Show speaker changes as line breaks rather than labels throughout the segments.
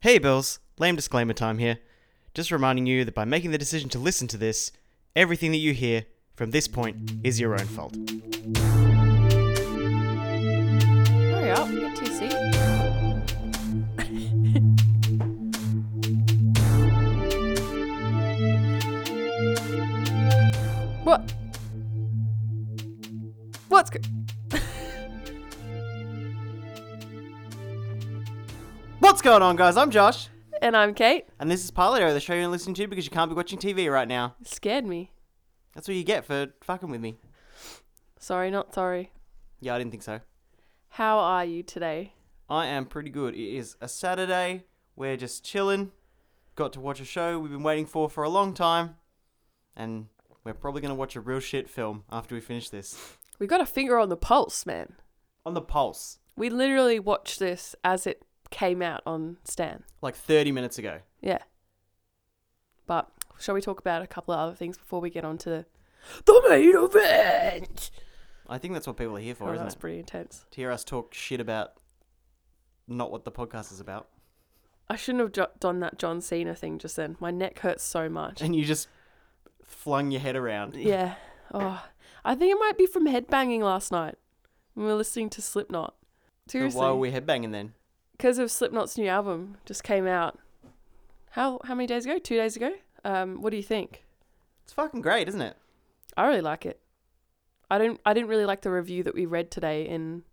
Hey, Bills, lame disclaimer time here. Just reminding you that by making the decision to listen to this, everything that you hear from this point is your own fault.
Hurry up, get to your seat. what? What's good?
What's going on, guys? I'm Josh,
And I'm Kate.
and this is Pilot Arrow, the show you're listening to because you can't be watching TV right now.
It scared me.
That's what you get for fucking with me.
Sorry, not sorry.
Yeah, I didn't think so.
How are you today?
I am pretty good. It is a Saturday. We're just chilling. Got to watch a show we've been waiting for for a long time, and we're probably going to watch a real shit film after we finish this.
We got a finger on the pulse, man.
On the pulse,
We literally watched this as it came out on Stan.
like 30 minutes ago.
Yeah. But shall we talk about a couple of other things before we get on to the main event?
I think that's what people are here for,
Oh,
isn't
that's
it?
pretty intense.
to hear us talk shit about not what the podcast is about.
I shouldn't have jo- done that John Cena thing just then. My neck hurts so much.
And you just flung your head around.
yeah. Oh, I think it might be from headbanging last night when we were listening to Slipknot.
So why are
Seriously,
we headbanging then?
because of Slipknot's new album just came out. How how many days ago? Two days ago. Um, what do you think?
It's fucking great, isn't it?
I really like it. I don't. I didn't really like the review that we read today in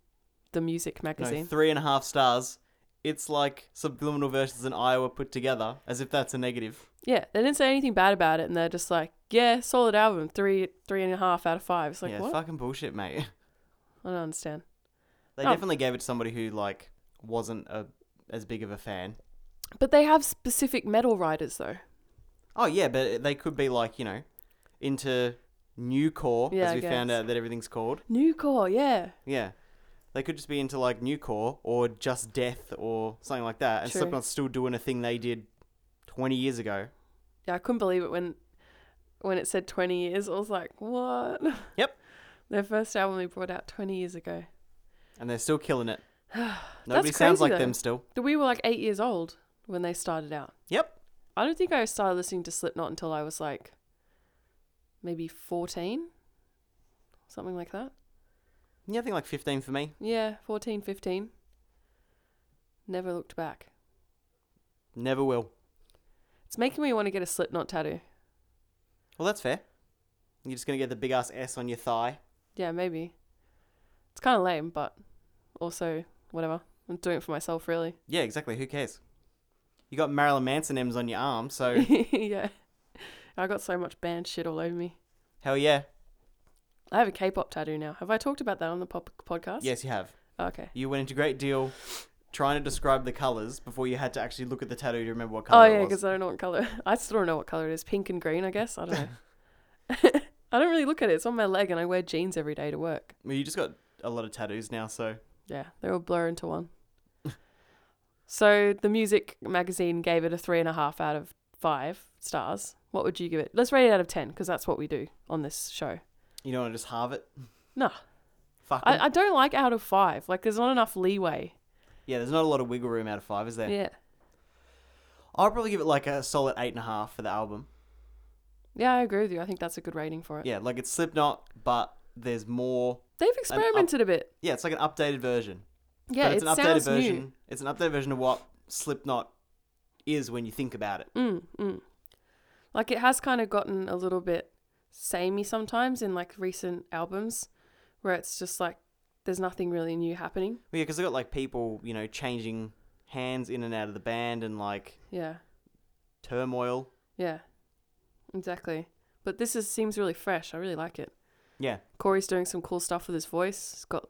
the music
No,
magazine.
three and a half stars. It's like subliminal versions in Iowa put together, as if that's a negative.
Yeah, they didn't say anything bad about it, and they're just like, yeah, solid album, three three and a half out of five. It's like
yeah,
what?
fucking bullshit, mate.
I don't understand.
They
Oh.
definitely gave it to somebody who like wasn't a, as big of a fan.
But they have specific metal writers though.
Oh yeah, but they could be like you know into new core,
Yeah,
as
I
we found
guess.
out that everything's called.
New core, yeah.
Yeah. They could just be into like new core or just death or something like that. And
True.
Slipknot's still doing a thing they did 20 years ago.
Yeah, I couldn't believe it when when it said twenty years. I was like, what?
Yep.
Their first album they brought out twenty years ago.
And they're still killing it. Nobody
That's
sounds
crazy,
like them
though.
still.
We were like eight years old when they started out.
Yep.
I don't think I started listening to Slipknot until I was like maybe fourteen, something like that.
Yeah, I think like 15 for me.
Yeah, 14, 15. Never looked back.
Never will.
It's making me want to get a Slipknot tattoo.
Well, that's fair. You're just going to get the big ass S on your thigh.
Yeah, maybe. It's kind of lame, but also, whatever. I'm doing it for myself, really.
Yeah, exactly. Who cares? You got Marilyn Manson M's on your arm, so
yeah. I got so much band shit all over me.
hell yeah.
I have a K pop tattoo now. Have I talked about that on the pop- podcast? Oh,
Yes, you have.
Okay.
You went into great deal trying to describe the colours before you had to actually look at the tattoo to remember what
Oh,
colour
yeah,
it was.
because I don't know what color. I still don't know what color it is. Pink and green, I guess. I don't know. I don't really look at it. It's on my leg, and I wear jeans every day to work.
Well, you just got a lot of tattoos now, so
Yeah, they all blur into one. so the music magazine gave it a three and a half out of five stars. What would you give it? Let's rate it out of ten because that's what we do on this show.
You don't want to just halve it?
No.
Fuck it.
I, I don't like out of five. Like, there's not enough leeway.
yeah, there's not a lot of wiggle room out of five, is there?
Yeah.
I'll probably give it like a solid eight and a half for the album.
Yeah, I agree with you. I think that's a good rating for it.
Yeah, like it's Slipknot, but there's more.
They've experimented a bit.
Yeah, it's like an updated version.
Yeah,
but it's
it
an updated
sounds
version.
new.
It's an updated version of what Slipknot is when you think about it.
Mm, mm. Like it has kind of gotten a little bit samey sometimes in like recent albums, where it's just like there's nothing really new happening.
Well, yeah, because they got like people, you know, changing hands in and out of the band and like
Yeah,
turmoil.
yeah, exactly. But this is seems really fresh. I really like it.
Yeah,
Corey's doing some cool stuff with his voice. He's got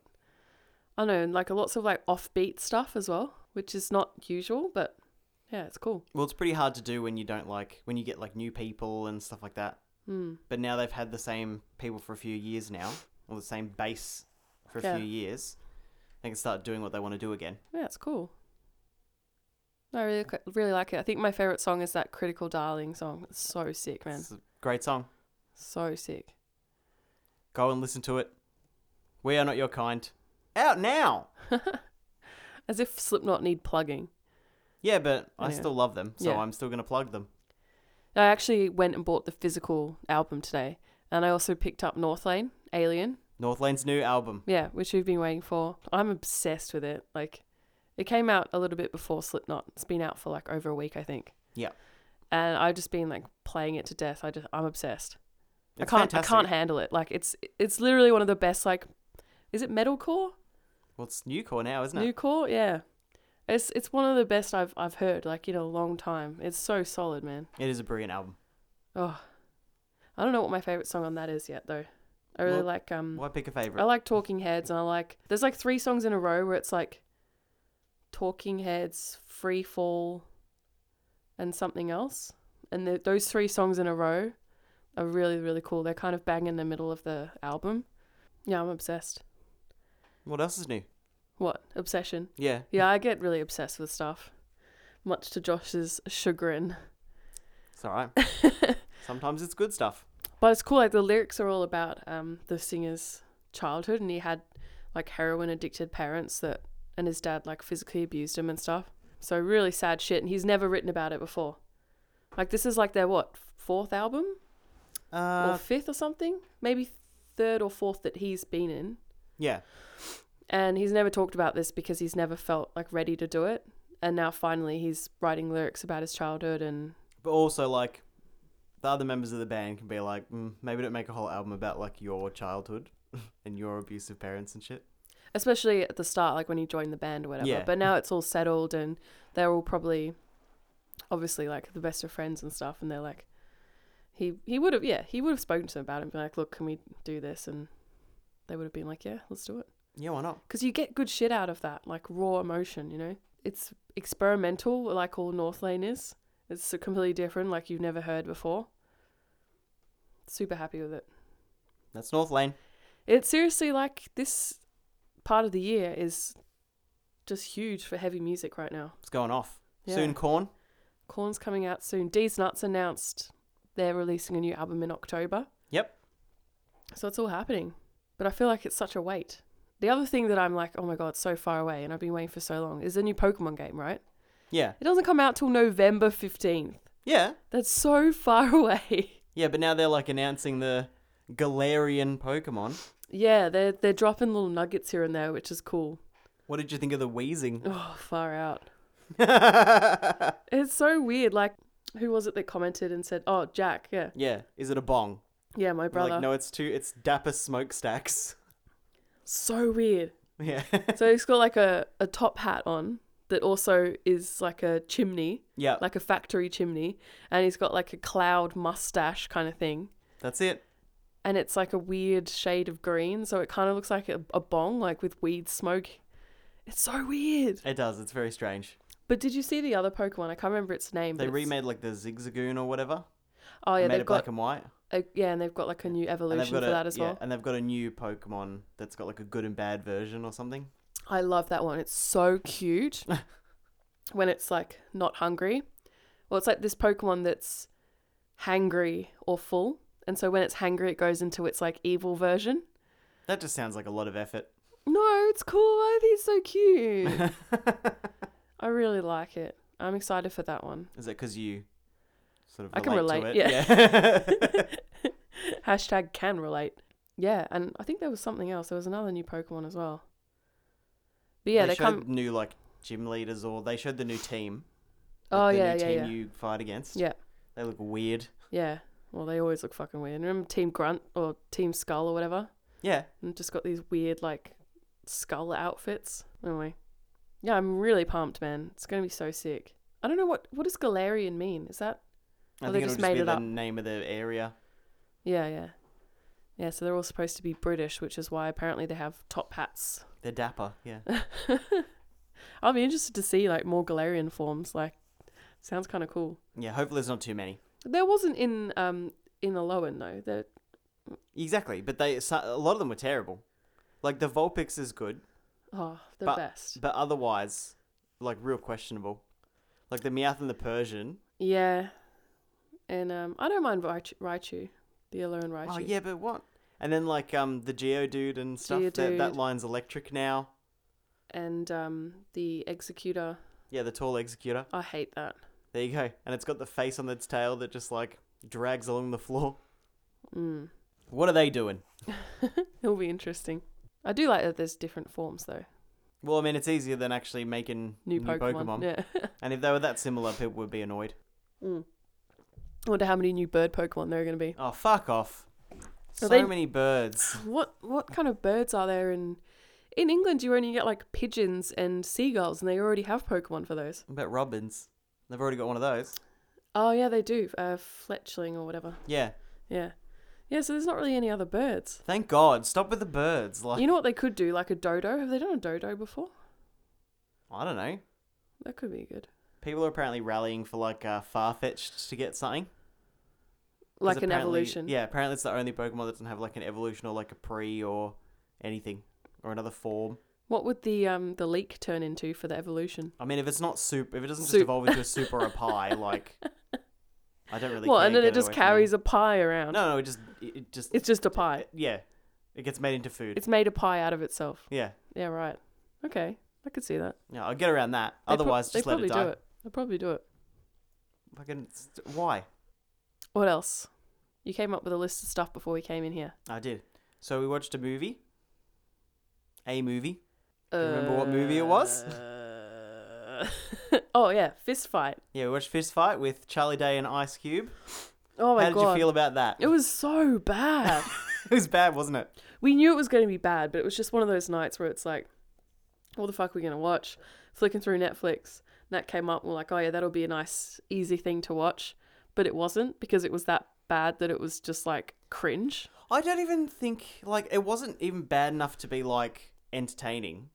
I don't know, like lots of like offbeat stuff as well, which is not usual, but yeah, it's cool.
well, it's pretty hard to do when you don't like when you get like new people and stuff like that.
Mm.
but now they've had the same people for a few years now, or the same base for a
Yeah.
few years. They can start doing what they want to do again.
Yeah, it's cool. No, I really, really like it. I think my favorite song is that "Critical Darling" song. It's so sick, man.
It's a great song.
So sick.
Go and listen to it. We are not your kind. Out now.
As if Slipknot need plugging.
Yeah, but I
Anyway.
still love them, so
Yeah.
I'm still gonna plug them.
I actually went and bought the physical album today, and I also picked up Northlane Alien.
Northlane's new album.
Yeah, which we've been waiting for. I'm obsessed with it. Like, it came out a little bit before Slipknot. It's been out for like over a week, I think.
Yeah.
And I've just been like playing it to death. I just I'm obsessed. I
It's
can't
fantastic.
I can't handle it. Like it's it's literally one of the best like is it metalcore?
Well, it's newcore now, isn't it?
Newcore? Yeah. It's it's one of the best I've I've heard like in a long time. It's so solid, man.
It is a brilliant album.
Oh. I don't know what my favorite song on that is yet though. I really
Well,
like um
Why pick a favorite?
I like Talking Heads, and I like there's like three songs in a row where it's like Talking Heads, Free Fall, and something else. And the, those three songs in a row are really really cool. They're kind of bang in the middle of the album. Yeah, I'm obsessed.
What else is new?
What obsession?
Yeah.
Yeah, I get really obsessed with stuff, much to Josh's chagrin.
It's all right. Sometimes it's good stuff.
But it's cool. Like the lyrics are all about um, the singer's childhood, and he had like heroin addicted parents that, and his dad like physically abused him and stuff. So really sad shit, and he's never written about it before. Like this is like their what fourth album or
Uh,
fifth or something, maybe third or fourth that he's been in,
yeah.
and he's never talked about this because he's never felt like ready to do it. And now finally, he's writing lyrics about his childhood, and
But also, like, the other members of the band can be like, mm, maybe don't make a whole album about, like, your childhood and your abusive parents and shit.
especially at the start, like when you join the band or whatever.
Yeah.
But now it's all settled, and they're all probably, obviously, like the best of friends and stuff. And they're like, he he would have yeah he would have spoken to them about it and been like, look, can we do this? And they would have been like, yeah, let's do it.
Yeah, why not?
Because you get good shit out of that, like raw emotion. You know, it's experimental, like all Northlane is. It's completely different, like you've never heard before. Super happy with it.
That's North Lane.
It's seriously like this part of the year is just huge for heavy music right now.
It's going off.
Yeah.
Soon Corn.
Corn's coming out soon. D's Nuts announced they're releasing a new album in October.
Yep.
So it's all happening. But I feel like it's such a wait. The other thing that I'm like, oh my god, it's so far away and I've been waiting for so long is the new Pokemon game, right?
Yeah.
It doesn't come out till November 15th.
Yeah.
That's so far away.
Yeah, but now they're, like, announcing the Galarian Pokemon.
yeah, they're they're dropping little nuggets here and there, which is cool.
What did you think of the wheezing?
Oh, far out.
yeah.
It's so weird. Like, who was it that commented and said, "Oh, Jack, yeah,
Is it a bong?
yeah, my
We're
brother."
Like, no, it's two. It's dapper smokestacks.
So weird.
Yeah.
So he's got like a a top hat on that also is like a chimney,
yeah.
like a factory chimney, and he's got like a cloud mustache kind of thing,
That's it.
and it's like a weird shade of green, so it kind of looks like a, a bong, like with weed smoke. It's so weird.
It does. It's very strange.
But did you see the other Pokemon? I can't remember its name.
They
but it's-
remade like the Zigzagoon or whatever.
Oh
They
yeah,
made
they've
it black
got
and white.
a, yeah, and they've got like a new
And
evolution
they've got
for
a,
that as
yeah,
well.
And they've got a new Pokemon that's got like a good and bad version or something.
I love that one. It's so cute when it's like not hungry. Well, it's like this Pokemon that's hangry or full. And so when it's hangry, it goes into its like evil version.
That just sounds like a lot of effort.
No, it's cool. I think it's so cute. I really like it. I'm excited for that one.
Is it because you sort of
I can
relate,
relate,
to it? Yeah.
Hashtag can relate. Yeah, and I think there was something else. There was another new Pokemon as well. But yeah,
they,
they,
showed
come.
new like gym leaders or they showed the new team. like,
Oh
the
yeah,
new
yeah,
team
yeah.
you fight against.
Yeah.
They look weird.
Yeah. Well, they always look fucking weird. Remember Team Grunt or Team Skull or whatever?
Yeah.
and just got these weird like skull outfits. Anyway, yeah, I'm really pumped, man. It's gonna be so sick. I don't know what what does Galarian mean. Is that
I
Well, they
think it'll
just
just
made
be
it
the
up.
name of the area.
yeah, yeah, yeah. So they're all supposed to be British, which is why apparently they have top hats.
They're dapper. Yeah.
I'll be interested to see like more Galarian forms. Like, sounds kind of cool.
yeah. Hopefully, there's not too many.
There wasn't in um in Alolan though. There,
Exactly, but they so- a lot of them were terrible. Like the Vulpix is good,
oh, the
But-
best.
but otherwise, like real questionable. Like the Meowth and the Persian.
Yeah, and um I don't mind Raichu, Raichu the Alolan Raichu.
Oh yeah, but what? And then like um the Geodude and stuff. That, that
Geodude.
line's electric now.
and um, the executor
Yeah, the tall executor.
I hate that.
There you go. And it's got the face on its tail that just like drags along the floor.
Mm.
What are they doing?
It'll be interesting. I do like that there's different forms though.
Well, I mean, it's easier than actually making
New, Pokemon. Yeah.
And if they were that similar, people would be annoyed.
mm. I wonder how many new bird Pokemon there are going to be.
Oh, fuck off. So
they-
many birds.
What what kind of birds are there in in England? You only get like pigeons and seagulls, and they already have Pokemon for those.
What about robins? They've already got one of those.
Oh yeah, they do. Uh, fletchling or whatever.
Yeah.
Yeah, yeah. So there's not really any other birds.
Thank God. Stop with the birds. Like,
You know what they could do? Like a dodo. Have they done a dodo before?
I don't know.
That could be good.
People are apparently rallying for like uh, Farfetch'd to get something. 'Cause
Like an
apparently-
evolution.
Yeah, apparently it's the only Pokemon that doesn't have like an evolution or like a pre or anything or another form.
What would the um the leak turn into for the evolution?
I mean, if it's not soup, if it doesn't just
Soup.
evolve into a soup or a pie, like I don't really.
well,
care,
and then
get
it just
away from
carries a pie around.
No, no, it just it it just
It's just a pie.
yeah, it gets made into food.
It's made a pie out of itself.
yeah,
Yeah, right. Okay, I could see that.
yeah, I'll get around that.
They pro-
Otherwise,
they
just let
probably
it die.
do it. They probably do it.
Fucking st- why?
What else? You came up with a list of stuff before we came in here.
I did. So we watched a movie. A movie. you remember what movie it was?
Uh, oh yeah, fist fight.
Yeah, we watched Fist Fight with Charlie Day and Ice Cube.
Oh my
How did
god,
you feel about that?
it was so bad.
it was bad, wasn't it?
we knew it was going to be bad, but it was just one of those nights where it's like, what the fuck are we going to watch? Flicking through Netflix, and that came up. We're like, oh yeah, that'll be a nice, easy thing to watch, but it wasn't because it was that bad that it was just like cringe.
I don't even think like it wasn't even bad enough to be like entertaining,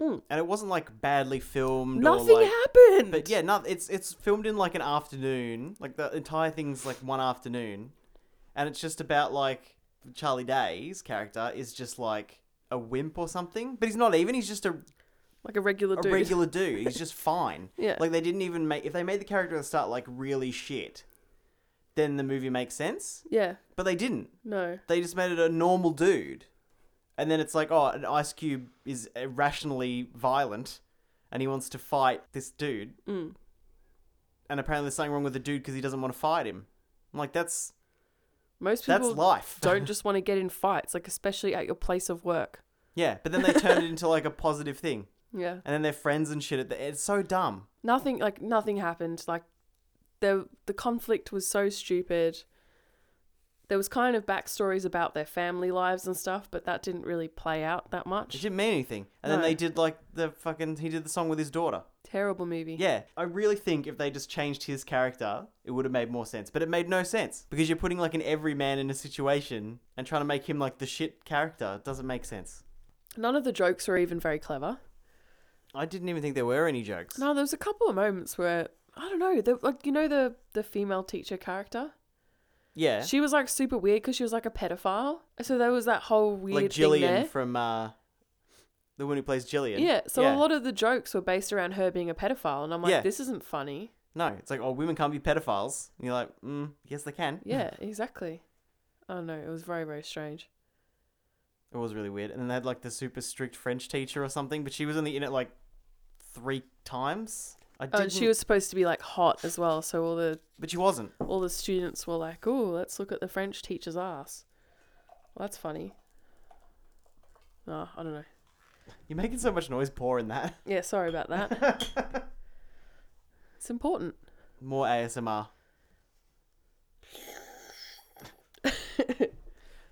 Mm.
and it wasn't like badly filmed.
Nothing
or, like,
happened.
But yeah, no, it's it's filmed in like an afternoon. Like the entire thing's like one afternoon, and it's just about like Charlie Day's character is just like a wimp or something. But he's not even. He's just a,
like a regular
a
dude.
regular dude. He's just fine.
Yeah.
Like they didn't even make if they made the character at the start like really shit, then the movie makes sense.
yeah,
But they didn't
no.
they just made it a normal dude. And then it's like, oh, an Ice Cube is irrationally violent and he wants to fight this dude.
Mm.
And apparently there's something wrong with the dude because he doesn't want to fight him. I'm like, that's
Most
that's
people
life.
don't just want to get in fights, like especially at your place of work.
yeah, but then they turn it into like a positive thing.
Yeah.
And then they're friends and shit. At the, it's so dumb.
Nothing like nothing happened. Like the the conflict was so stupid. There was kind of backstories about their family lives and stuff, but that didn't really play out that
It
much.
didn't mean anything. And then
No.
they did like the fucking, he did the song with his daughter.
Terrible movie.
Yeah, I really think if they just changed his character, it would have made more sense. But it made no sense because you're putting like an everyman in a situation and trying to make him like the shit character. It doesn't make sense.
None of the jokes were even very clever.
I didn't even think there were any jokes.
No, there was a couple of moments where I don't know, the, like you know the the female teacher character.
Yeah,
She was like super weird because she was like a pedophile. So there was that whole weird
like
thing there.
Jillian from uh, the one who plays Jillian.
Yeah, so a lot of the jokes were based around her being a pedophile, and I'm like,
Yeah.
this isn't funny.
no, it's like oh, women can't be pedophiles. And you're like, mm, yes, they can.
Yeah, exactly. Oh no, it was very very strange.
It was really weird. And then they had like the super strict French teacher or something, but she was only in it like three times. I
Oh,
didn't,
and she was supposed to be like hot as well, so all the
but she wasn't.
all the students were like, "Oh, let's look at the French teacher's ass." Well, that's funny. Oh, I don't know.
You're making so much noise pouring that.
Yeah, sorry about that. it's important.
More ASMR.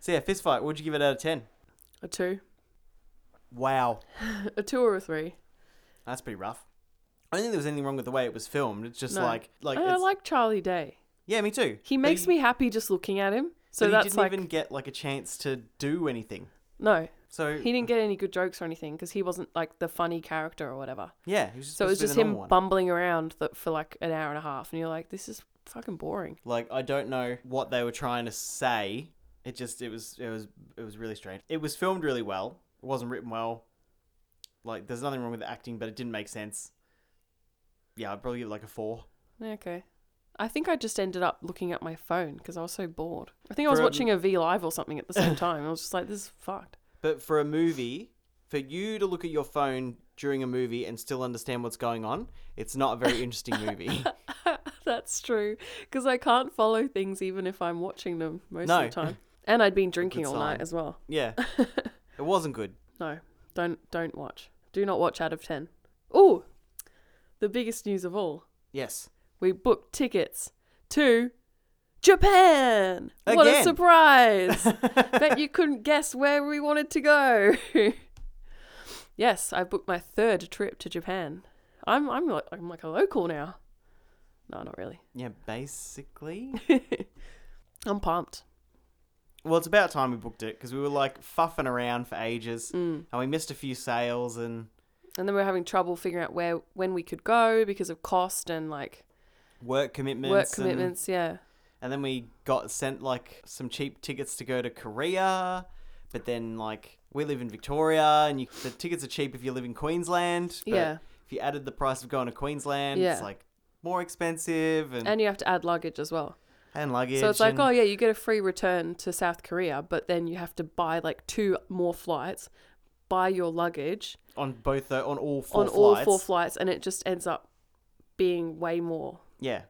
so yeah, fist fight. What'd you give it out of ten?
A two,
Wow,
a two or a three.
that's pretty rough. I don't think there was anything wrong with the way it was filmed. It's just
No.
like, like,
And I
it's,
like Charlie Day.
yeah, me too.
He
But
makes me happy just looking at him. So
but
that's
he didn't
like
even get like a chance to do anything.
no,
So
he didn't get any good jokes or anything because he wasn't like the funny character or whatever.
yeah, he was just
So it was
supposed to
just
be the
him
normal one.
bumbling around th for like an hour and a half, and you're like, this is fucking boring.
Like I don't know what they were trying to say. It just it was it was it was really strange. It was filmed really well. It wasn't written well. Like there's nothing wrong with the acting, but it didn't make sense. Yeah, I'd probably give it like a four.
Yeah, Okay. I think I just ended up looking at my phone because I was so bored. I think I was
For, um,
watching a V Live or something at the same time. I was just like, this is fucked.
But for a movie, for you to look at your phone during a movie and still understand what's going on, it's not a very interesting movie.
That's true. Because I can't follow things even if I'm watching them most
No.
of the time. And I'd been drinking
Good
all
sign.
night as well.
yeah. It wasn't good.
No, don't don't watch. Do not watch out of ten. Ooh, the biggest news of all.
Yes.
We booked tickets to Japan. What a
Again.
surprise! Bet you couldn't guess where we wanted to go. yes, I booked my third trip to Japan. I'm I'm like, I'm like a local now. No, not really.
Yeah, basically.
I'm pumped.
Well, it's about time we booked it because we were like fuffing around for ages and we missed a few sales and
And then we are having trouble figuring out where when we could go because of cost and like
work commitments.
work
and-
commitments. Yeah.
And, then we got sent like some cheap tickets to go to Korea. But then, like, we live in Victoria and you, the tickets are cheap if you live in Queensland. But
Yeah.
If you added the price of going to Queensland, it's
Yeah.
like more expensive and, and,
And you have to add luggage as well.
luggage.
So it's like,
and-
oh yeah, you get a free return to South Korea, but then you have to buy like two more flights, buy your luggage
on both the, on all four
oh, on
flights.
all four flights, and it just ends up being way more.
yeah.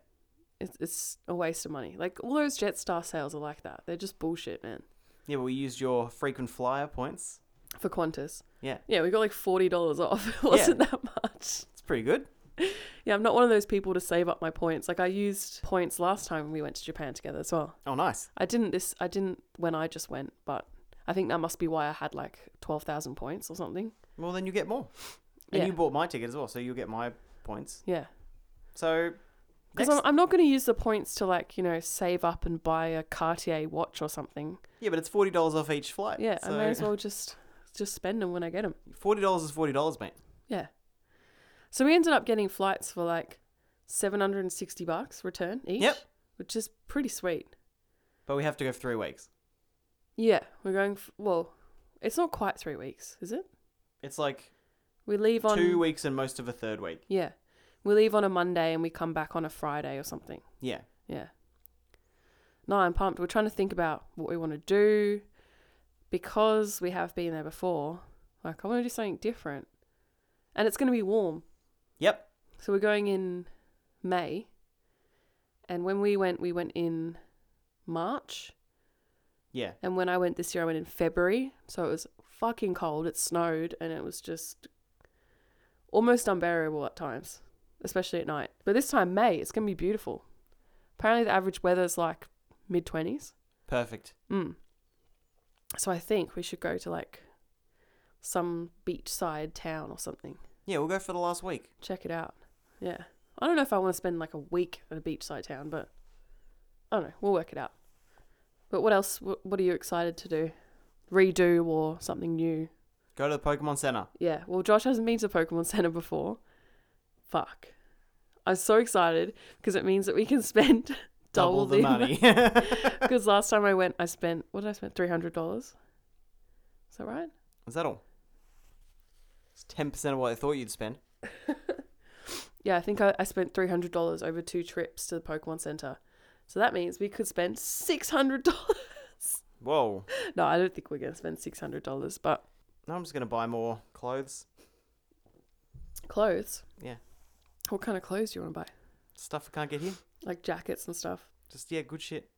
It's, it's a waste of money. Like all those Jetstar sales are like that. They're just bullshit, man.
Yeah, but we used your frequent flyer points.
For Qantas,
Yeah,
yeah, we got like forty dollars off. It wasn't that much.
it's pretty good.
Yeah, I'm not one of those people to save up my points. Like I used points last time we went to Japan together as well.
Oh, nice.
I didn't this. I didn't when I just went, but I think that must be why I had like twelve thousand points or something.
Well, then you get more. And
Yeah.
you bought my ticket as well, so you'll get my points.
Yeah,
So,
because
next-
I'm, I'm not going to use the points to like you know save up and buy a Cartier watch or something.
yeah, but it's forty dollars off each flight.
Yeah,
Uh, so
I may as well just just spend them when I get them.
forty dollars is forty dollars, mate.
Yeah. So we ended up getting flights for like seven hundred and sixty bucks return each.
Yep.
Which is pretty sweet.
But we have to go for three weeks.
Yeah, we're going. F- well, it's not quite three weeks, is it?
It's like
We leave on
two weeks and most of a third week.
Yeah. We leave on a Monday and we come back on a Friday or something.
Yeah,
Yeah. No, I'm pumped. We're trying to think about what we want to do because we have been there before. Like, I want to do something different. And it's going to be warm.
yep,
So we're going in May. And when we went, we went in March.
yeah.
And when I went this year, I went in February. So it was fucking cold. It snowed and it was just almost unbearable at times, especially at night. But this time, May, it's going to be beautiful. Apparently, the average weather's like mid 20s.
Perfect.
Mm. So I think we should go to like some beachside town or something.
Yeah, we'll go for the last week.
Check it out. Yeah. I don't know if I want to spend like a week at a beachside town, but I don't know. We'll work it out. But what else? What, what are you excited to do? Redo or something new?
Go to the Pokemon Center.
Yeah. Well, Josh hasn't been to Pokemon Center before. Fuck. I'm so excited because it means that we can spend
Double,
double,
the money.
Because last time I went, I spent what did I spend? Three hundred dollars. Is that right?
is that all? It's ten percent of what I thought you'd spend.
Yeah, I think I, I spent three hundred dollars over two trips to the Pokemon Center. So that means we could spend six hundred dollars.
Whoa.
No, I don't think we're gonna spend six hundred dollars, but
Now I'm just gonna buy more clothes,
clothes.
Yeah.
What kind of clothes do you want to buy?
stuff I can't get here.
Like jackets and stuff.
Just yeah, good shit.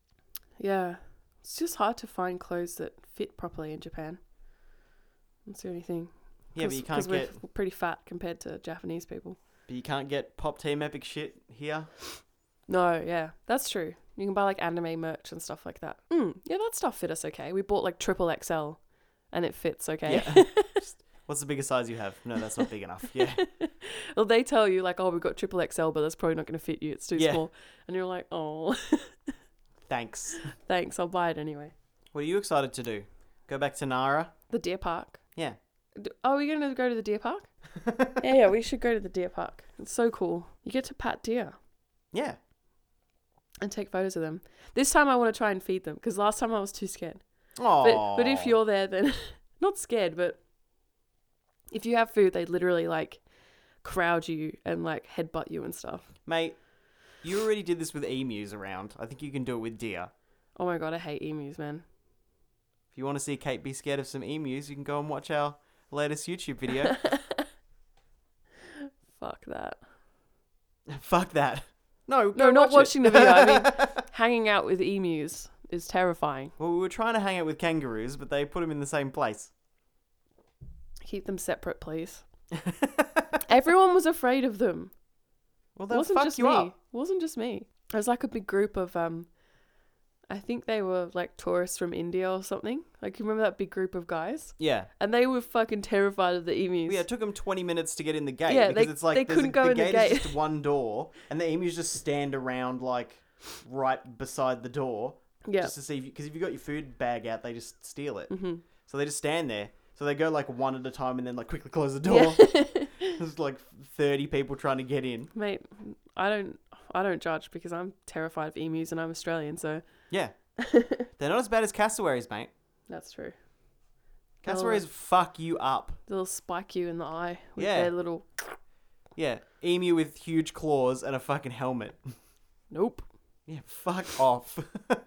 Yeah. It's just hard to find clothes that fit properly in Japan. That's the only thing.
Yeah, but you can't
we're
get
f- pretty fat compared to Japanese people.
But you can't get pop team epic shit here.
No, yeah, that's true. You can buy like anime merch and stuff like that. Mm, yeah, that stuff fit us okay. We bought like triple XL, and it fits okay.
Yeah. Just, what's the biggest size you have? No, that's not big enough. Yeah.
well, they tell you like, oh, we've got triple XL, but that's probably not going to fit you. It's too
Yeah.
small, and you're like, oh,
Thanks.
thanks, I'll buy it anyway.
What are you excited to do? Go back to Nara?
The deer park.
Yeah.
D- Are we going to go to the deer park? yeah, yeah, we should go to the deer park. It's so cool. You get to pat deer
Yeah.
and take photos of them. This time I want to try and feed them because last time I was too scared.
Oh.
But, but if you're there, then not scared, but if you have food, they literally like crowd you and like headbutt you and stuff.
mate, you already did this with emus around. I think you can do it with deer.
Oh my god, I hate emus, man.
If you want to see Kate be scared of some emus, you can go and watch our latest YouTube video.
Fuck that.
Fuck that. No,
No,
go
not
watch it.
watching the video. I mean, hanging out with emus is terrifying.
Well, we were trying to hang out with kangaroos, but they put them in the same place.
Keep them separate, please. Everyone was afraid of them.
Well,
It
they'll
wasn't
fuck
just
you
me.
up.
It wasn't just me. It was like a big group of um I think they were like tourists from India or something. Like you remember that big group of guys?
Yeah.
And they were fucking terrified of the emus.
Yeah, it took them 20 minutes to get in the gate.
Yeah,
because
they-
it's like
they
there's
couldn't
a,
go
the
in the
gate
gate.
Is just one door, and the emus just stand around like right beside the door
Yeah.
just to see if because if you got your food bag out, they just steal it.
Mhm.
So they just stand there. So they go like one at a time and then like quickly close the door.
Yeah.
There's like 30 people trying to get in.
Mate, I don't I don't judge because I'm terrified of emus and I'm Australian, so
Yeah. They're not as bad as cassowaries, mate.
that's true. They'll,
Cassowaries fuck you up.
They'll spike you in the eye with
Yeah.
their little
Yeah. Emu with huge claws and a fucking helmet.
nope.
Yeah, fuck off.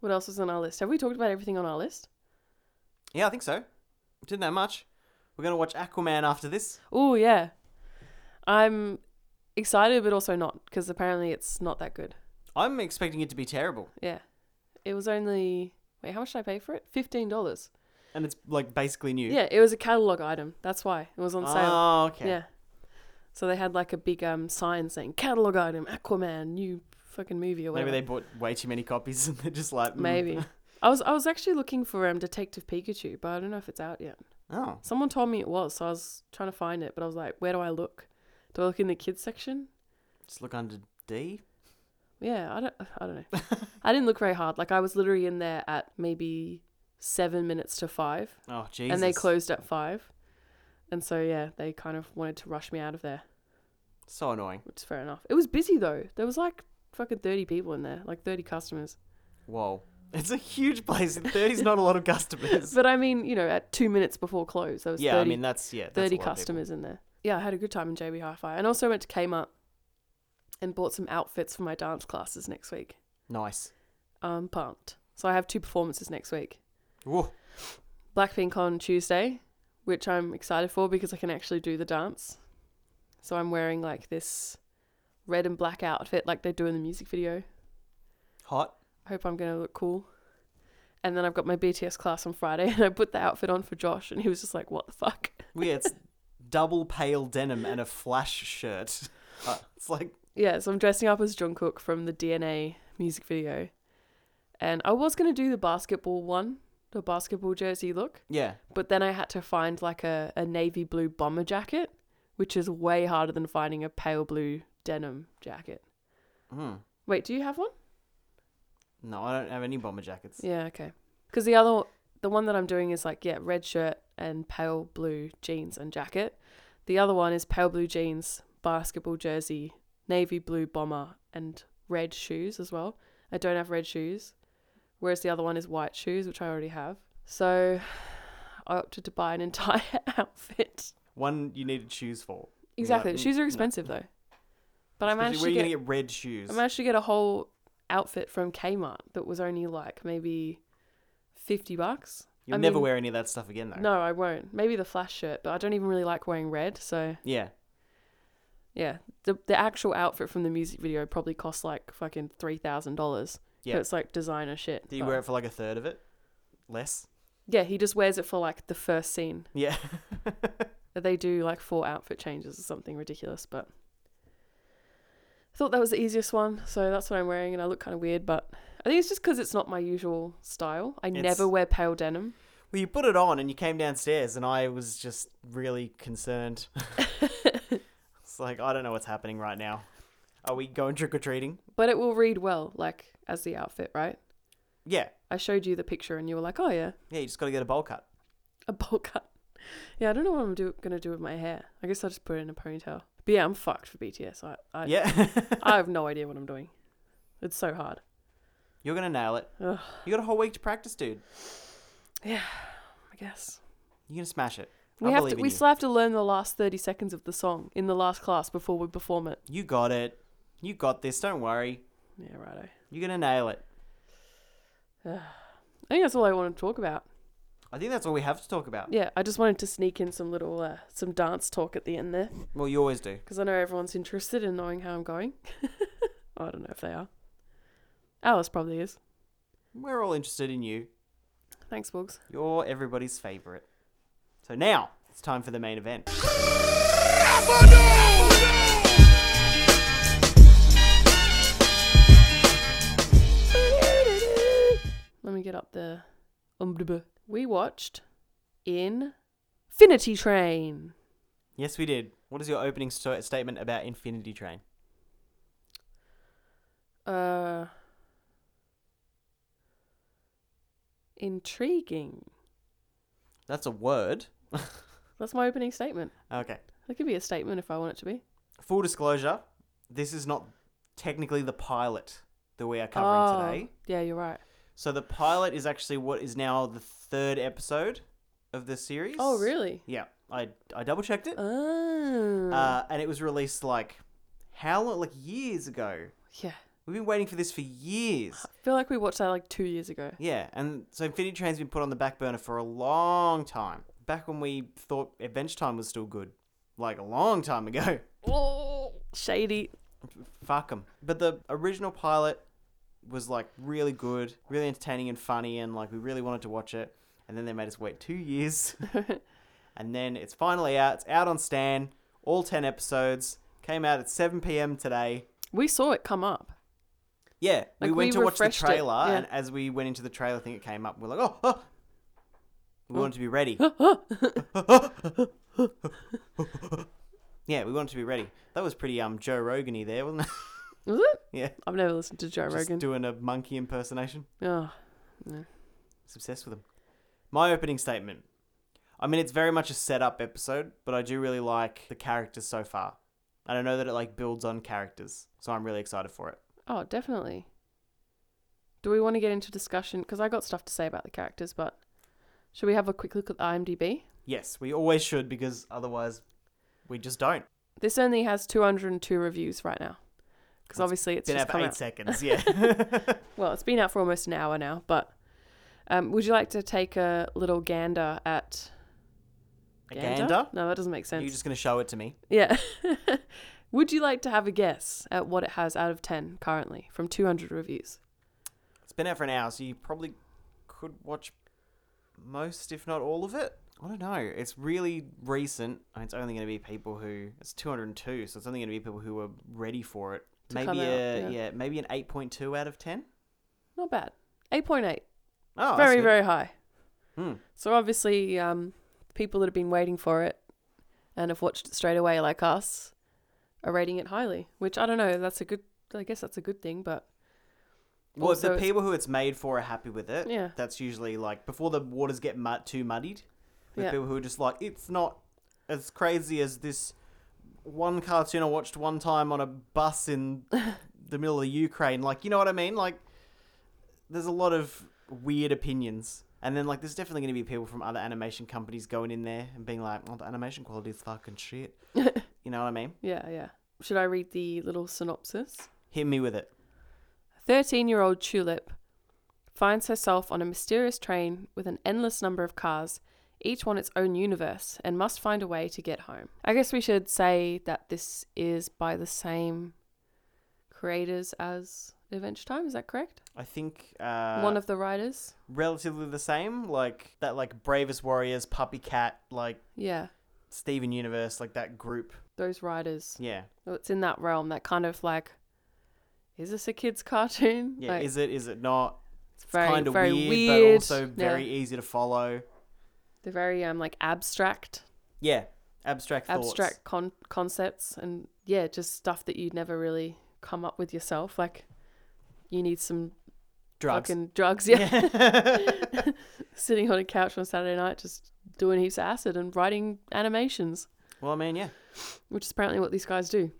What else was on our list? Have we talked about everything on our list?
yeah, I think so. Didn't that much. We're going to watch Aquaman after this.
Oh yeah, I'm excited but also not because apparently it's not that good.
I'm expecting it to be terrible.
Yeah, it was only wait how much did I pay for it? Fifteen dollars.
And it's like basically new.
Yeah, it was a catalog item. That's why it was on sale.
Oh, okay.
Yeah, so they had like a big um sign saying catalog item Aquaman new fucking movie or
Maybe
whatever.
they bought way too many copies and they're just like. mm.
Maybe. I was I was actually looking for um Detective Pikachu, but I don't know if it's out yet.
Oh.
Someone told me it was, so I was trying to find it, but I was like, where do I look? Do I look in the kids section?
Just look under D.
Yeah, I don't, I don't know. I didn't look very hard. Like I was literally in there at maybe seven minutes to five,
Oh, Jesus.
and they closed at five, and so yeah, they kind of wanted to rush me out of there,
So annoying.
which is fair enough. It was busy though. There was like fucking thirty people in there, like thirty customers.
Whoa. It's a huge place. and 30's not a lot of customers.
But I mean, you know, at two minutes before close, there was
yeah,
30,
I mean, that's. Yeah. That's
30
a lot of people.
customers in there. Yeah, I had a good time in JB Hi-Fi, and also went to Kmart and bought some outfits for my dance classes next week.
Nice.
I'm pumped. So I have two performances next week.
Whoa.
Blackpink on Tuesday, which I'm excited for because I can actually do the dance. So I'm wearing like this red and black outfit like they do in the music video.
Hot.
I hope I'm going to look cool. And then I've got my BTS class on Friday and I put the outfit on for Josh and he was just like, what the fuck?
Well, Yeah, it's double pale denim and a flash shirt. Uh, it's like,
Yeah, so I'm dressing up as Jungkook from the DNA music video. And I was going to do the basketball one, the basketball jersey look.
yeah.
but then I had to find like a, a navy blue bomber jacket, which is way harder than finding a pale blue denim jacket.
Mm.
Wait, do you have one?
No, I don't have any bomber jackets.
Yeah, okay. Because the other, the one that I'm doing is like yeah, red shirt and pale blue jeans and jacket. The other one is pale blue jeans, basketball jersey, navy blue bomber, and red shoes as well. I don't have red shoes, whereas the other one is white shoes, which I already have. So I opted to buy an entire outfit.
One you needed shoes for. You're like,
Exactly.
"Mm,
shoes are
no."
expensive though. But I
Especially
managed
where
to
you
get,
gonna get red shoes.
I managed to get a whole outfit from Kmart that was only like maybe fifty bucks.
You'll
I
never
mean-
wear any of that stuff again, though.
No, I won't. Maybe the flash shirt, but I don't even really like wearing red, so
Yeah.
yeah. The the actual outfit from the music video probably cost like fucking three thousand dollars.
Yeah.
Yeah. It's like designer shit.
Do you
but-
wear it for like a third of it? Less?
Yeah, he just wears it for like the first scene.
Yeah.
They do like four outfit changes or something ridiculous, but I thought that was the easiest one, so that's what I'm wearing, and I look kind of weird, but I think it's just because it's not my usual style. I never
It's-
wear pale denim.
well, you put it on and you came downstairs, and I was just really concerned. it's like, I don't know what's happening right now. Are we going trick or treating?
But it will read well, like as the outfit, right?
Yeah.
I showed you the picture, and you were like, "Oh yeah,
Yeah, you just got to get a bowl cut.
a bowl cut." Yeah, I don't know what I'm do- gonna do with my hair. I guess I'll just put it in a ponytail. But yeah, I'm fucked for BTS. I I,
Yeah.
I have no idea what I'm doing. It's so hard.
You're going to nail it.
Ugh.
You got a whole week to practice, dude.
I guess.
You're going to smash it.
We
I
have
believe
to.
in
We
you.
still have to learn the last thirty seconds of the song in the last class before we perform it.
You got it. You got this. Don't worry.
Yeah, righto.
You're going to nail it.
I think that's all I want to talk about.
I think that's all we have to talk about.
Yeah, I just wanted to sneak in some little uh, some dance talk at the end there
Well, you always do.
because I know everyone's interested in knowing how I'm going. I don't know if they are. Alice probably is.
We're all interested in you.
Thanks, Boogs.
You're everybody's favorite. So now it's time for the main event.
Let me get up the umdb. We watched Infinity Train.
Yes, we did. What is your opening sto- statement about Infinity Train?
Uh intriguing.
That's a word.
That's my opening statement.
Okay.
That could be a statement if I want it to be.
Full disclosure, this is not technically the pilot that we are covering
Oh,
today.
Yeah, you're right.
So the pilot is actually what is now the third episode of the series.
Oh, really?
Yeah, I I double checked it,
Oh.
uh, and it was released like how long? Like years ago.
yeah.
We've been waiting for this for years.
I feel like we watched that like two years ago.
Yeah, and so Infinity Train's been put on the back burner for a long time. Back when we thought Adventure Time was still good, like a long time ago.
Oh, shady.
Fuck 'em. But the original pilot was like really good, really entertaining and funny, and like we really wanted to watch it. And then they made us wait two years. and then it's finally out. It's out on Stan. All 10 episodes. Came out at 7 p.m. today. We,
We saw it come up.
yeah, we went
Like, we
to watch the
refreshed it,
trailer,
yeah.
and as we went into the trailer, I think it came up. We're like, oh, oh.
Oh.
we wanted to be ready. yeah, we wanted to be ready. That was pretty um Joe Rogan y there, wasn't it?
Was it?
yeah.
I've never listened to Joe
Just
Rogan.
doing a monkey impersonation.
oh,
He's obsessed with him. My opening statement. I mean, it's very much a setup episode, but I do really like the characters so far. And I know that it like builds on characters, so I'm really excited for it.
oh, definitely. Do we want to get into discussion? Because I got stuff to say about the characters, but should we have a quick look at IMDb?
Yes, we always should because otherwise, we just don't.
This only has 202 reviews right now. Because obviously it's
Been
just
out for
come
eight
out.
seconds. Yeah.
Well, it's been out for almost an hour now, but um, would you like to take a little gander at
A gander?
No, that doesn't make
You're
sense.
just gonna show it to me.
Yeah. would you like to have a guess at what it has out of 10 currently from 200 reviews?
It's been out for an hour, so you probably could watch most, if not all of it. I don't know. It's really recent. and It's only going to be people who it's 202, so it's only going to be people who are ready for it.
To
maybe
come out,
a
yeah.
yeah. maybe an 8.2 out of 10.
Not bad. 8.8.
Oh,
very,
very.
very high.
Hmm.
So obviously, um, people that have been waiting for it and have watched it straight away, like us, are rating it highly. Which I don't know. That's a good. I guess that's a good thing. But
Well, if
also
the
it's-
people who it's made for are happy with it,
Yeah.
that's usually like before the waters get mud- too muddied. With
Yeah.
people who are just like, it's not as crazy as this one cartoon I watched one time on a bus in the middle of Ukraine. Like, you know what I mean? Like, there's a lot of weird opinions. And then, like, there's definitely going to be people from other animation companies going in there and being like, well, the animation quality is fucking shit. you know what I mean?
yeah, yeah. Should I read the little synopsis?
Hit me with it.
13 year old Tulip finds herself on a mysterious train with an endless number of cars, each one its own universe, and must find a way to get home. I guess we should say that this is by the same creators as Adventure Time, is that correct?
I think uh,
one of the writers?
relatively the same. Like that, like Bravest Warriors, Puppy Cat, like
Yeah,
Steven Universe, like that group.
those writers.
Yeah,
Well, It's in that realm, that kind of like, is this a kid's cartoon?
yeah.
Like,
is it? Is it not?
it's
It's kind of weird, but also
Yeah.
very easy to follow.
They're very um like abstract.
Yeah, abstract thoughts.
abstract con- concepts and yeah just stuff that you'd never really come up with yourself like you need some
drugs.
fucking drugs yeah, sitting on a couch on saturday night just doing heaps of acid and writing animations
well, I mean, yeah.
which is apparently what these guys do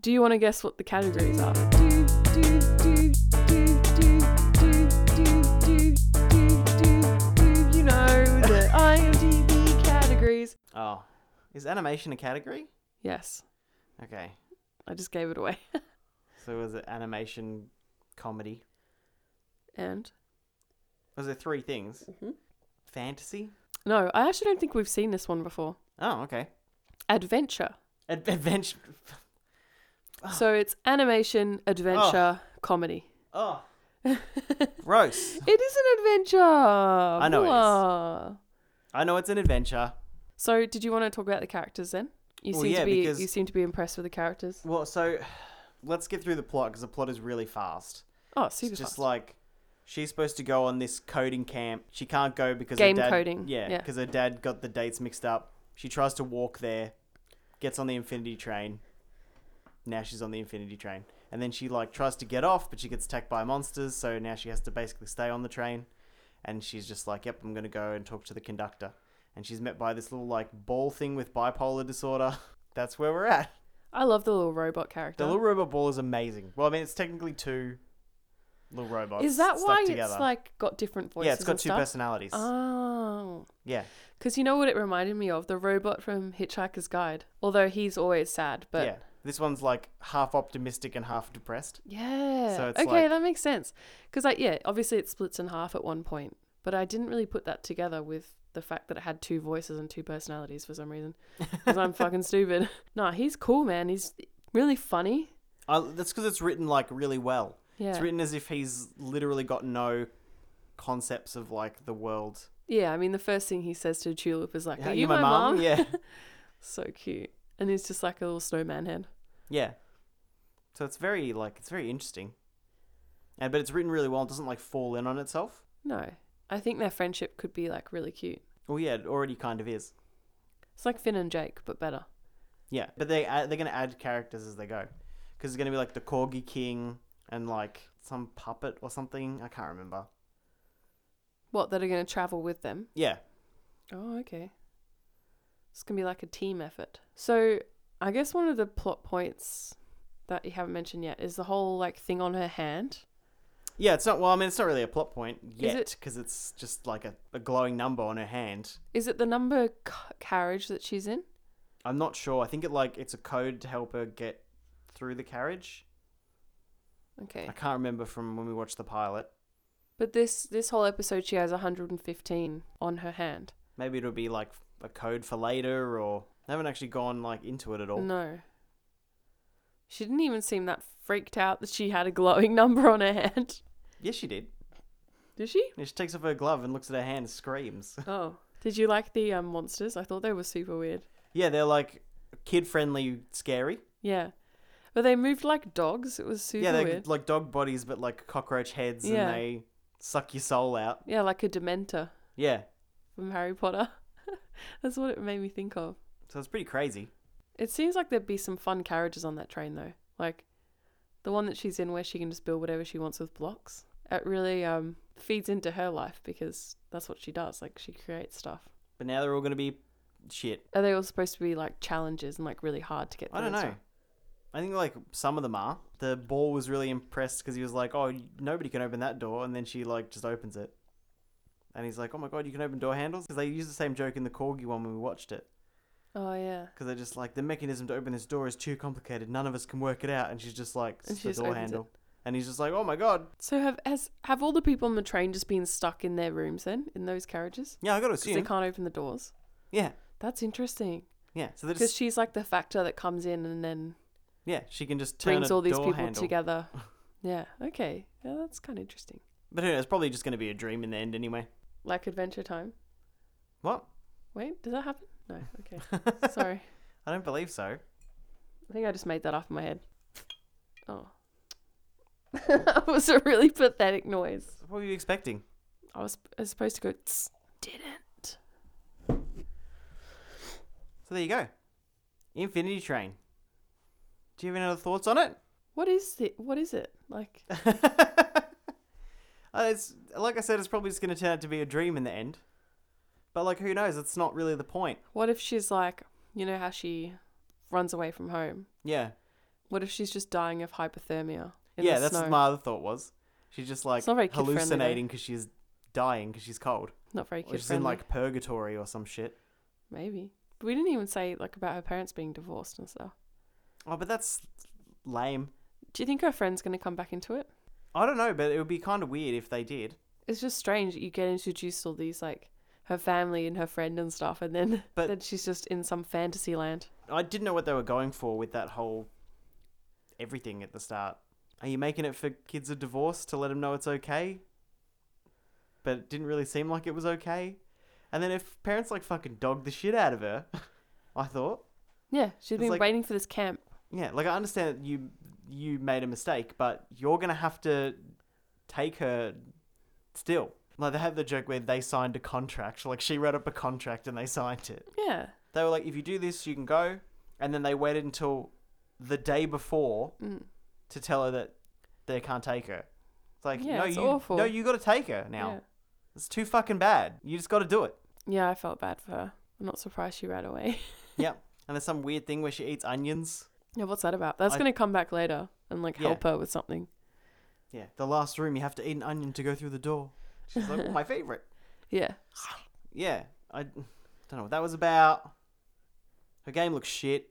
do you want to guess what the categories are you know the imdb categories
Oh, is animation a category?
yes
Okay,
i just gave it away
so was it animation, comedy?
and Mm-hmm.
Was there three things? fantasy?
No, I actually don't think we've seen this one before.
Oh, okay.
Adventure.
Ad- adventure. Ah.
So it's animation, adventure, comedy.
Oh, gross.
It is an adventure. I
know it is. I know it's an adventure.
So, did you want to talk about the characters then? You
Well,
seem
yeah,
to be
because-
you seem to be impressed with the characters.
Well, so let's get through the plot because the plot is really fast.
Oh, super
it's just
fast.
like she's supposed to go on this coding camp. She can't go because
Game
her dad,
coding,
Yeah,
yeah.
because her dad got the dates mixed up. She tries to walk there, gets on the Infinity train. Now she's on the Infinity train, and then she like tries to get off, but she gets attacked by monsters. So now she has to basically stay on the train, and she's just like, "Yep, I'm gonna go and talk to the conductor." And she's met by this little like ball thing with bipolar disorder. That's where we're at.
I love the little robot character.
The little robot ball is amazing. Well, I mean, it's technically two little robots.
is that
stuck
why
together.
it's like got different voices?
yeah, it's got
and
two
stuff?
personalities.
Oh,
yeah,
because you know what it reminded me of the robot from Hitchhiker's Guide. Although he's always sad, but
yeah. This one's like half optimistic and half depressed.
Yeah.
So it's
okay,
like-
that makes sense. Because, like, yeah, obviously it splits in half at one point, but I didn't really put that together with the fact that it had two voices and two personalities for some reason. Because I'm fucking stupid. Nah, he's cool, man. He's really funny.
I, that's because it's written like really well.
Yeah.
It's written as if he's literally got no concepts of like the world.
yeah, I mean, the first thing he says to Tulip is like,
Are
Are you my
mum?"
mom?
Yeah,
So cute. And he's just like a little snowman head.
yeah. So it's very like it's very interesting, and but it's written really well. It doesn't like fall in on itself.
No, I think their friendship could be like really cute.
Oh yeah, it already kind of is.
It's like Finn and Jake, but better.
Yeah, but they add, they're gonna add characters as they go, because it's gonna be like the Corgi King and like some puppet or something. I can't remember.
What, that are going to travel with them?
Yeah,
Oh, okay. It's gonna be like a team effort. So I guess one of the plot points that you haven't mentioned yet is the whole like thing on her hand.
yeah. It's not well. I mean, it's not really a plot point yet,
it-
because it's just like a, a glowing number on her hand.
Is it the number c- carriage that she's in?
I'm not sure. I think it like it's a code to help her get through the carriage.
Okay.
I can't remember from when we watched the pilot.
But this this whole episode she has 115 on her hand.
Maybe it'll be like a code for later, or they haven't actually gone like into it at all.
No. She didn't even seem that freaked out that she had a glowing number on her hand.
Yes, she did.
Did she?
Yeah, she takes off her glove and looks at her hand and screams.
Oh. Did you like the um, monsters? I thought they were super weird.
yeah, they're like kid friendly, scary.
Yeah. But they moved like dogs. It was super
yeah, they're
weird.
like dog bodies, but like cockroach heads,
Yeah.
and they suck your soul out.
Yeah, like a Dementor
Yeah,
from Harry Potter. That's what it made me think of.
so it's pretty crazy.
It seems like there'd be some fun carriages on that train, though. Like the one that she's in where she can just build whatever she wants with blocks. It really um, feeds into her life because that's what she does. Like she creates stuff.
But now they're all gonna be shit.
Are they all supposed to be like challenges and like really hard to get through?
I don't
and
know.
stuff?
I think like some of them are. The ball was really impressed because he was like, "Oh, nobody can open that door," and then she like just opens it, and he's like, "Oh my god, you can open door handles?" Because they used the same joke in the corgi one when we watched it.
Oh, yeah.
Because they're just like, the mechanism to open this door is too complicated. None of us can work it out. And she's just like,
And
"It's
she
the
just
door
opens it.
handle. And he's just like, oh my god.
So have has, have all the people on the train just been stuck in their rooms then, in those carriages?
Yeah, I gotta
'Cause they
assume.
can't open the doors.
Yeah,
That's interesting.
yeah. So they're
Because
just
she's like the factor that comes in and then
yeah. She can just turn
brings
a
all these
door
people
handle.
together. Yeah. Okay. Yeah, that's kind of interesting.
But who knows? Probably just gonna be a dream in the end anyway.
Like Adventure Time.
What?
Wait, does that happen? No. Okay.
I
Sorry.
don't believe so.
I think I just made that off in my head. Oh. that was a really pathetic noise.
What were you expecting?
I was, I was supposed to go, "Tss." didn't.
So there you go. Infinity Train. Do you have any other thoughts on it?
What is it? What is it? Like,
Uh, it's like I said, it's probably just gonna turn out to be a dream in the end. But like, who knows? It's not really the point.
what if she's like, you know how she runs away from home?
Yeah.
What if she's just dying of hypothermia? In
yeah,
the
that's
snow?
what my other thought was. She's just like
It's not very kid-friendly, though.
hallucinating because she's dying because she's cold.
Not very
Or
kid
she's in
friendly.
like purgatory or some shit.
Maybe. But we didn't even say like about her parents being divorced and stuff.
Oh, but that's lame.
Do you think her friend's gonna come back into it?
I don't know, but it would be kind of weird if they did.
It's just strange that you get introduced to all these like her family and her friend and stuff, and then
But-
then she's just in some fantasy land.
I didn't know what they were going for with that whole everything at the start. Are you making it for kids of divorce to let them know it's okay? But it didn't really seem like it was okay. And then if parents like fucking dogged the shit out of her, I thought,
Yeah, she's
It's
been
like-
waiting for this camp.
yeah, like I understand that you you made a mistake, but you're gonna have to take her still. Like they have the joke where they signed a contract, like she wrote up a contract and they signed it.
Yeah,
They were like, if you do this, you can go. And then they waited until the day before
Mm.
to tell her that they can't take her. It's like,
Yeah,
no,
it's
you,
awful.
no, you got to take her now.
yeah,
It's too fucking bad. You just got to do it.
yeah. I felt bad for her. I'm not surprised she ran away.
yep. And there's some weird thing where she eats onions.
yeah, what's that about? That's
I-
gonna come back later and like
Yeah.
help her with something.
Yeah, the last room you have to eat an onion to go through the door. She's like, my favorite.
Yeah,
Yeah, I don't know what that was about. Her game looks shit.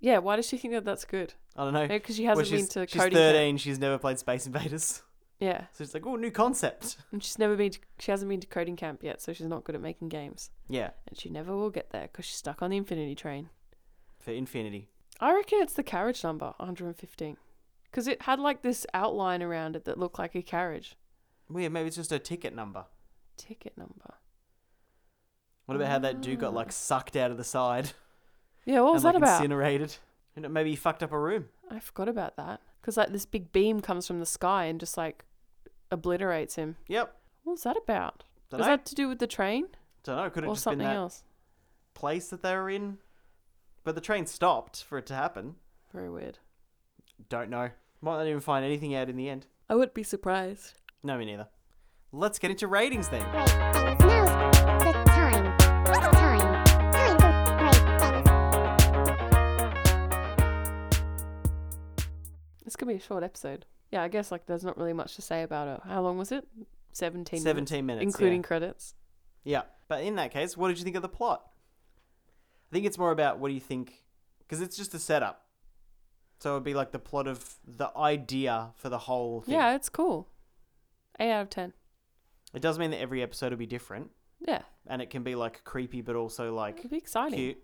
yeah. Why does she think that that's good?
I don't know.
Because she
Eh, Well,
hasn't
she's,
been to
she's
coding. camp.
13. She's never played Space Invaders,
Yeah,
so she's like, oh, new concept.
and she's never been. To, she hasn't been to coding camp yet, so she's not good at making games,
Yeah,
and she never will get there because she's stuck on the Infinity Train.
for infinity.
I reckon it's the carriage number 115, because it had like this outline around it that looked like a carriage
Weird. Maybe it's just her ticket number.
ticket number.
What about how that dude got like sucked out of the side
Yeah, what was
and like
that about?
incinerated? And maybe he fucked up a room.
I forgot about that because like this big beam comes from the sky and just like obliterates him.
Yep.
What was that about?
Don't
was
know.
that to do with the train
Don't know. Could have
or
just been
something
that
else?
place that they were in. But the train stopped for it to happen.
Very weird.
Don't know. Might not even find anything out in the end.
I wouldn't be surprised.
No, me neither. Let's get into ratings then.
Break. Now the time. Time. Time to break.
It's gonna be a short episode. Yeah, I guess like there's not really much to say about it. How long was it? Seventeen. minutes,
Seventeen minutes,
including credits.
Yeah. yeah. But in that case, what did you think of the plot? I think it's more about what do you think, because it's just a setup. So it'd be like the plot of the idea for the whole thing.
Yeah, it's cool. Eight out of ten.
It does mean that every episode will be different,
Yeah,
and it can be like creepy, but also like
it'll be exciting.
cute.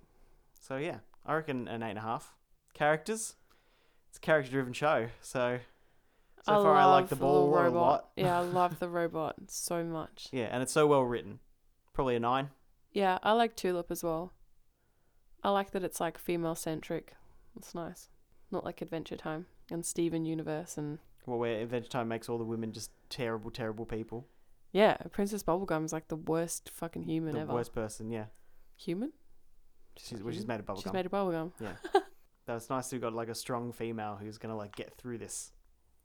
So yeah, I reckon an eight and a half. Characters, it's a character-driven show, so so far I like the
love little
ball a lot.
yeah, I love the robot so much.
Yeah, and it's so well written. Probably a nine.
Yeah, I like Tulip as well. I like that it's like female centric. It's nice. Not like Adventure Time and Steven Universe and
Well, where Adventure Time makes all the women just terrible, terrible people.
yeah, Princess Bubblegum is like the worst fucking human
the
ever.
worst person. Yeah,
Human?
she's
not
well, she's
human.
made of bubblegum.
She's made of bubblegum.
That was nice. We got like a strong female who's gonna like get through this.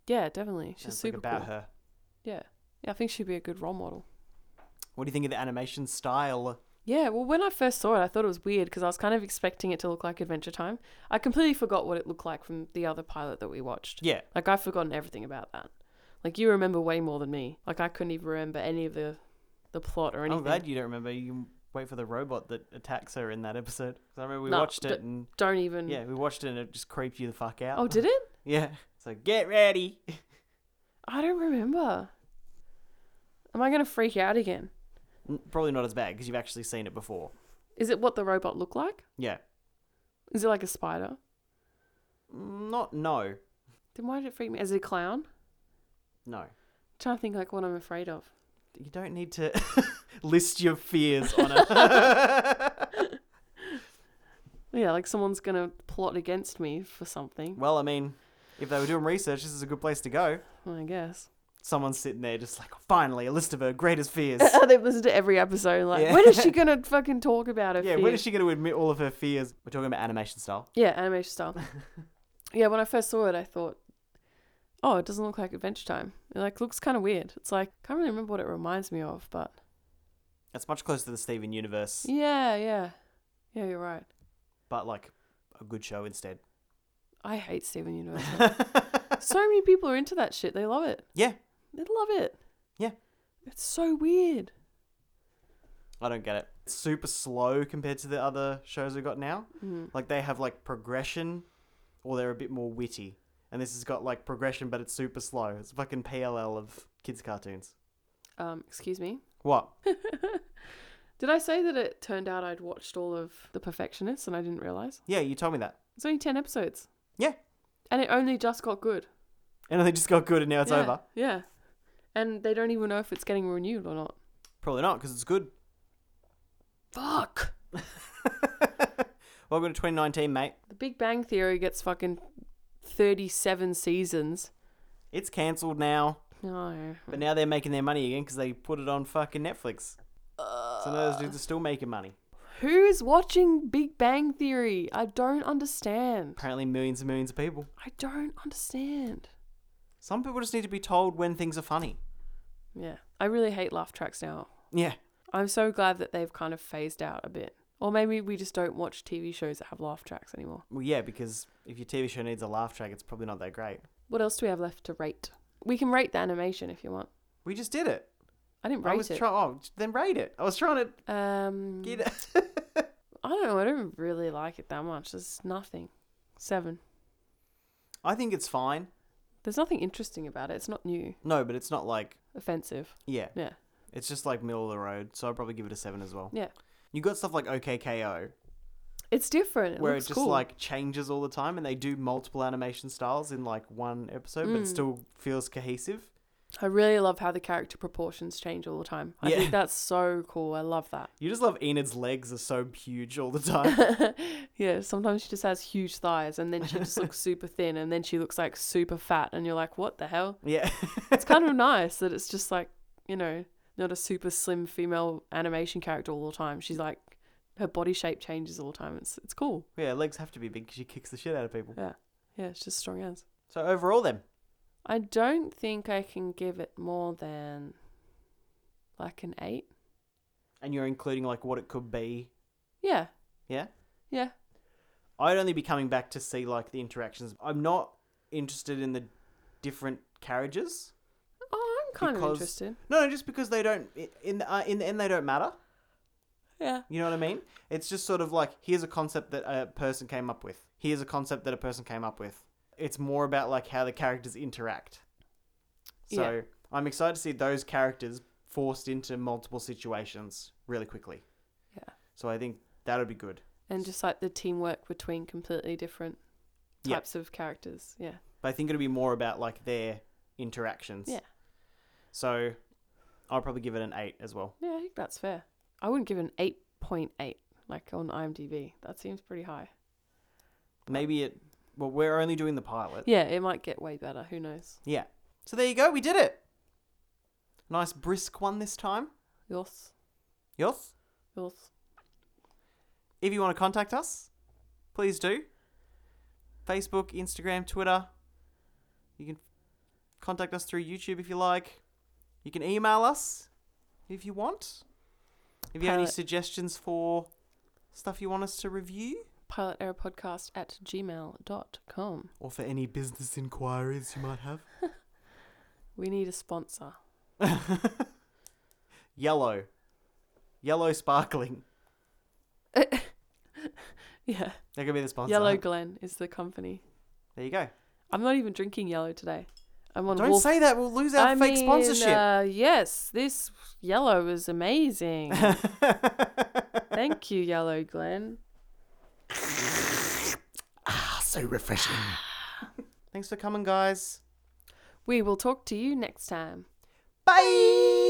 Yeah, definitely.
And
She's
it's, like,
super
about
cool.
her.
Yeah. Yeah, I think she'd be a good role model.
What do you think of the animation style?
Yeah, well, when I first saw it, I thought it was weird because I was kind of expecting it to look like Adventure Time. I completely forgot what it looked like from the other pilot that we watched.
Yeah,
Like, I've forgotten everything about that. Like, you remember way more than me. Like, I couldn't even remember any of the, the plot or anything.
I'm glad you don't remember. You can wait for the robot that attacks her in that episode. 'Cause I remember we
No,
watched
d-
it and
Don't even.
yeah, we watched it and it just creeped you the fuck out.
Oh, did it?
yeah. It's like get ready.
I don't remember. Am I going to freak out again?
N- Probably not as bad because you've actually seen it before.
Is it what the robot looked like?
Yeah.
Is it like a spider?
Mm, Not no
Then why did it freak me? Is it a clown? I'm
no.
trying to think, like, what I'm afraid of.
You don't need to list your fears on it.
Yeah, like someone's gonna plot against me for something.
well, I mean, if they were doing research, this is a good place to go.
I guess.
Someone's sitting there just like, finally, a list of her greatest fears.
They've listened to every episode. Like,
Yeah.
when is she gonna fucking talk about it?
yeah, when is she going to admit all of her fears? We're talking about animation style.
Yeah, animation style. yeah, when I first saw it, I thought, oh, it doesn't look like Adventure Time. It like looks kind of weird. It's like can't really remember what it reminds me of, but
That's much closer to the Steven universe,
yeah, yeah, yeah, you're right.
but like a good show instead.
I hate Steven Universe. so many people are into that shit. They love it.
Yeah.
They love it.
Yeah.
It's so weird.
I don't get it. It's super slow compared to the other shows we've got now.
Mm.
Like they have like progression or they're a bit more witty. And this has got like progression but it's super slow. It's fucking PLL of kids cartoons.
Um, excuse me.
What?
Did I say that it turned out I'd watched all of The Perfectionists and I didn't realize?
Yeah, you told me that.
It's only 10 episodes.
Yeah.
And it only just got good.
And they just got good and now it's
yeah.
over.
Yeah. And they don't even know if it's getting renewed or not.
Probably not because it's good.
Fuck.
Welcome to 2019, mate.
The Big Bang Theory gets fucking 37 seasons.
It's cancelled now,
No.
but now they're making their money again because they put it on fucking Netflix. so now those dudes are still making money.
Who is watching Big Bang Theory? I don't understand.
Apparently, millions and millions of people.
I don't understand.
Some people just need to be told when things are funny.
Yeah. I really hate laugh tracks now.
Yeah.
I'm so glad that they've kind of phased out a bit. Or maybe we just don't watch TV shows that have laugh tracks anymore.
Well, yeah, because if your TV show needs a laugh track, it's probably not that great.
What else do we have left to rate? We can rate the animation if you want.
We just did it.
I didn't
I
rate
was
it.
trying. Oh, then rate it. I was trying to
um,
get it.
I don't know. I don't really like it that much. There's nothing. Seven.
I think it's fine.
There's nothing interesting about it. It's not new,
No, but it's not like
offensive.
yeah.
Yeah.
It's just like middle of the road, so I'd probably give it a seven as well.
Yeah.
You got stuff like OKKO,
It's different. It
where it
looks
just
cool.
like changes all the time, and they do multiple animation styles in like one episode,
Mm.
but it still feels cohesive.
I really love how the character proportions change all the time. I
Yeah.
think that's so cool. I love that.
You just love Enid's legs are so huge all the time.
Yeah, sometimes she just has huge thighs and then she just looks super thin and then she looks like super fat and you're like, what the hell?
yeah,
It's kind of nice that it's just like, you know, not a super slim female animation character all the time. She's like, her body shape changes all the time. It's it's cool.
yeah. Legs have to be big 'cause she kicks the shit out of people.
Yeah. Yeah, it's just strong as.
So overall, then
I don't think I can give it more than like an eight.
and you're including like what it could be.
Yeah.
Yeah.
Yeah.
I'd only be coming back to see like the interactions. I'm not interested in the different carriages.
Oh, I'm kind of
Because-
interested.
No, no, just because they don't i- in the, uh, in the end they don't matter.
Yeah.
You know what I mean? It's just sort of like here's a concept that a person came up with. Here's a concept that a person came up with. It's more about like how the characters interact. So
Yeah.
I'm excited to see those characters forced into multiple situations really quickly.
Yeah.
So I think that would be good.
And just like the teamwork between completely different
Yeah.
types of characters. Yeah.
But I think it'll be more about like their interactions.
Yeah.
So I'll probably give it an eight as well.
Yeah, I think that's fair. I wouldn't give it an eight point eight like on IMDb. That seems pretty high.
Maybe it. Well, we're only doing the pilot.
Yeah, it might get way better. Who knows?
Yeah. So there you go. We did it. Nice brisk one this time.
Yours,
Yes.
yours.
If you want to contact us, please do. Facebook, Instagram, Twitter. You can contact us through YouTube if you like. You can email us if you want. If you have any
Pilot.
suggestions for stuff you want us to review
Pilot Era Podcast at gmail.com.
or for any business inquiries you might have.
We need a sponsor.
Yellow. Yellow sparkling.
Yeah.
That could be the sponsor.
Yellow Glen is the company.
There you go.
I'm not even drinking yellow today. I'm on
Don't
Wolf.
say that. Um, We'll lose our
I
fake
mean,
sponsorship.
Uh, yes, this yellow is amazing.
uh,
Thank you, Yellow Glen.
so refreshing. Thanks for coming, guys.
We will talk to you next time.
Bye.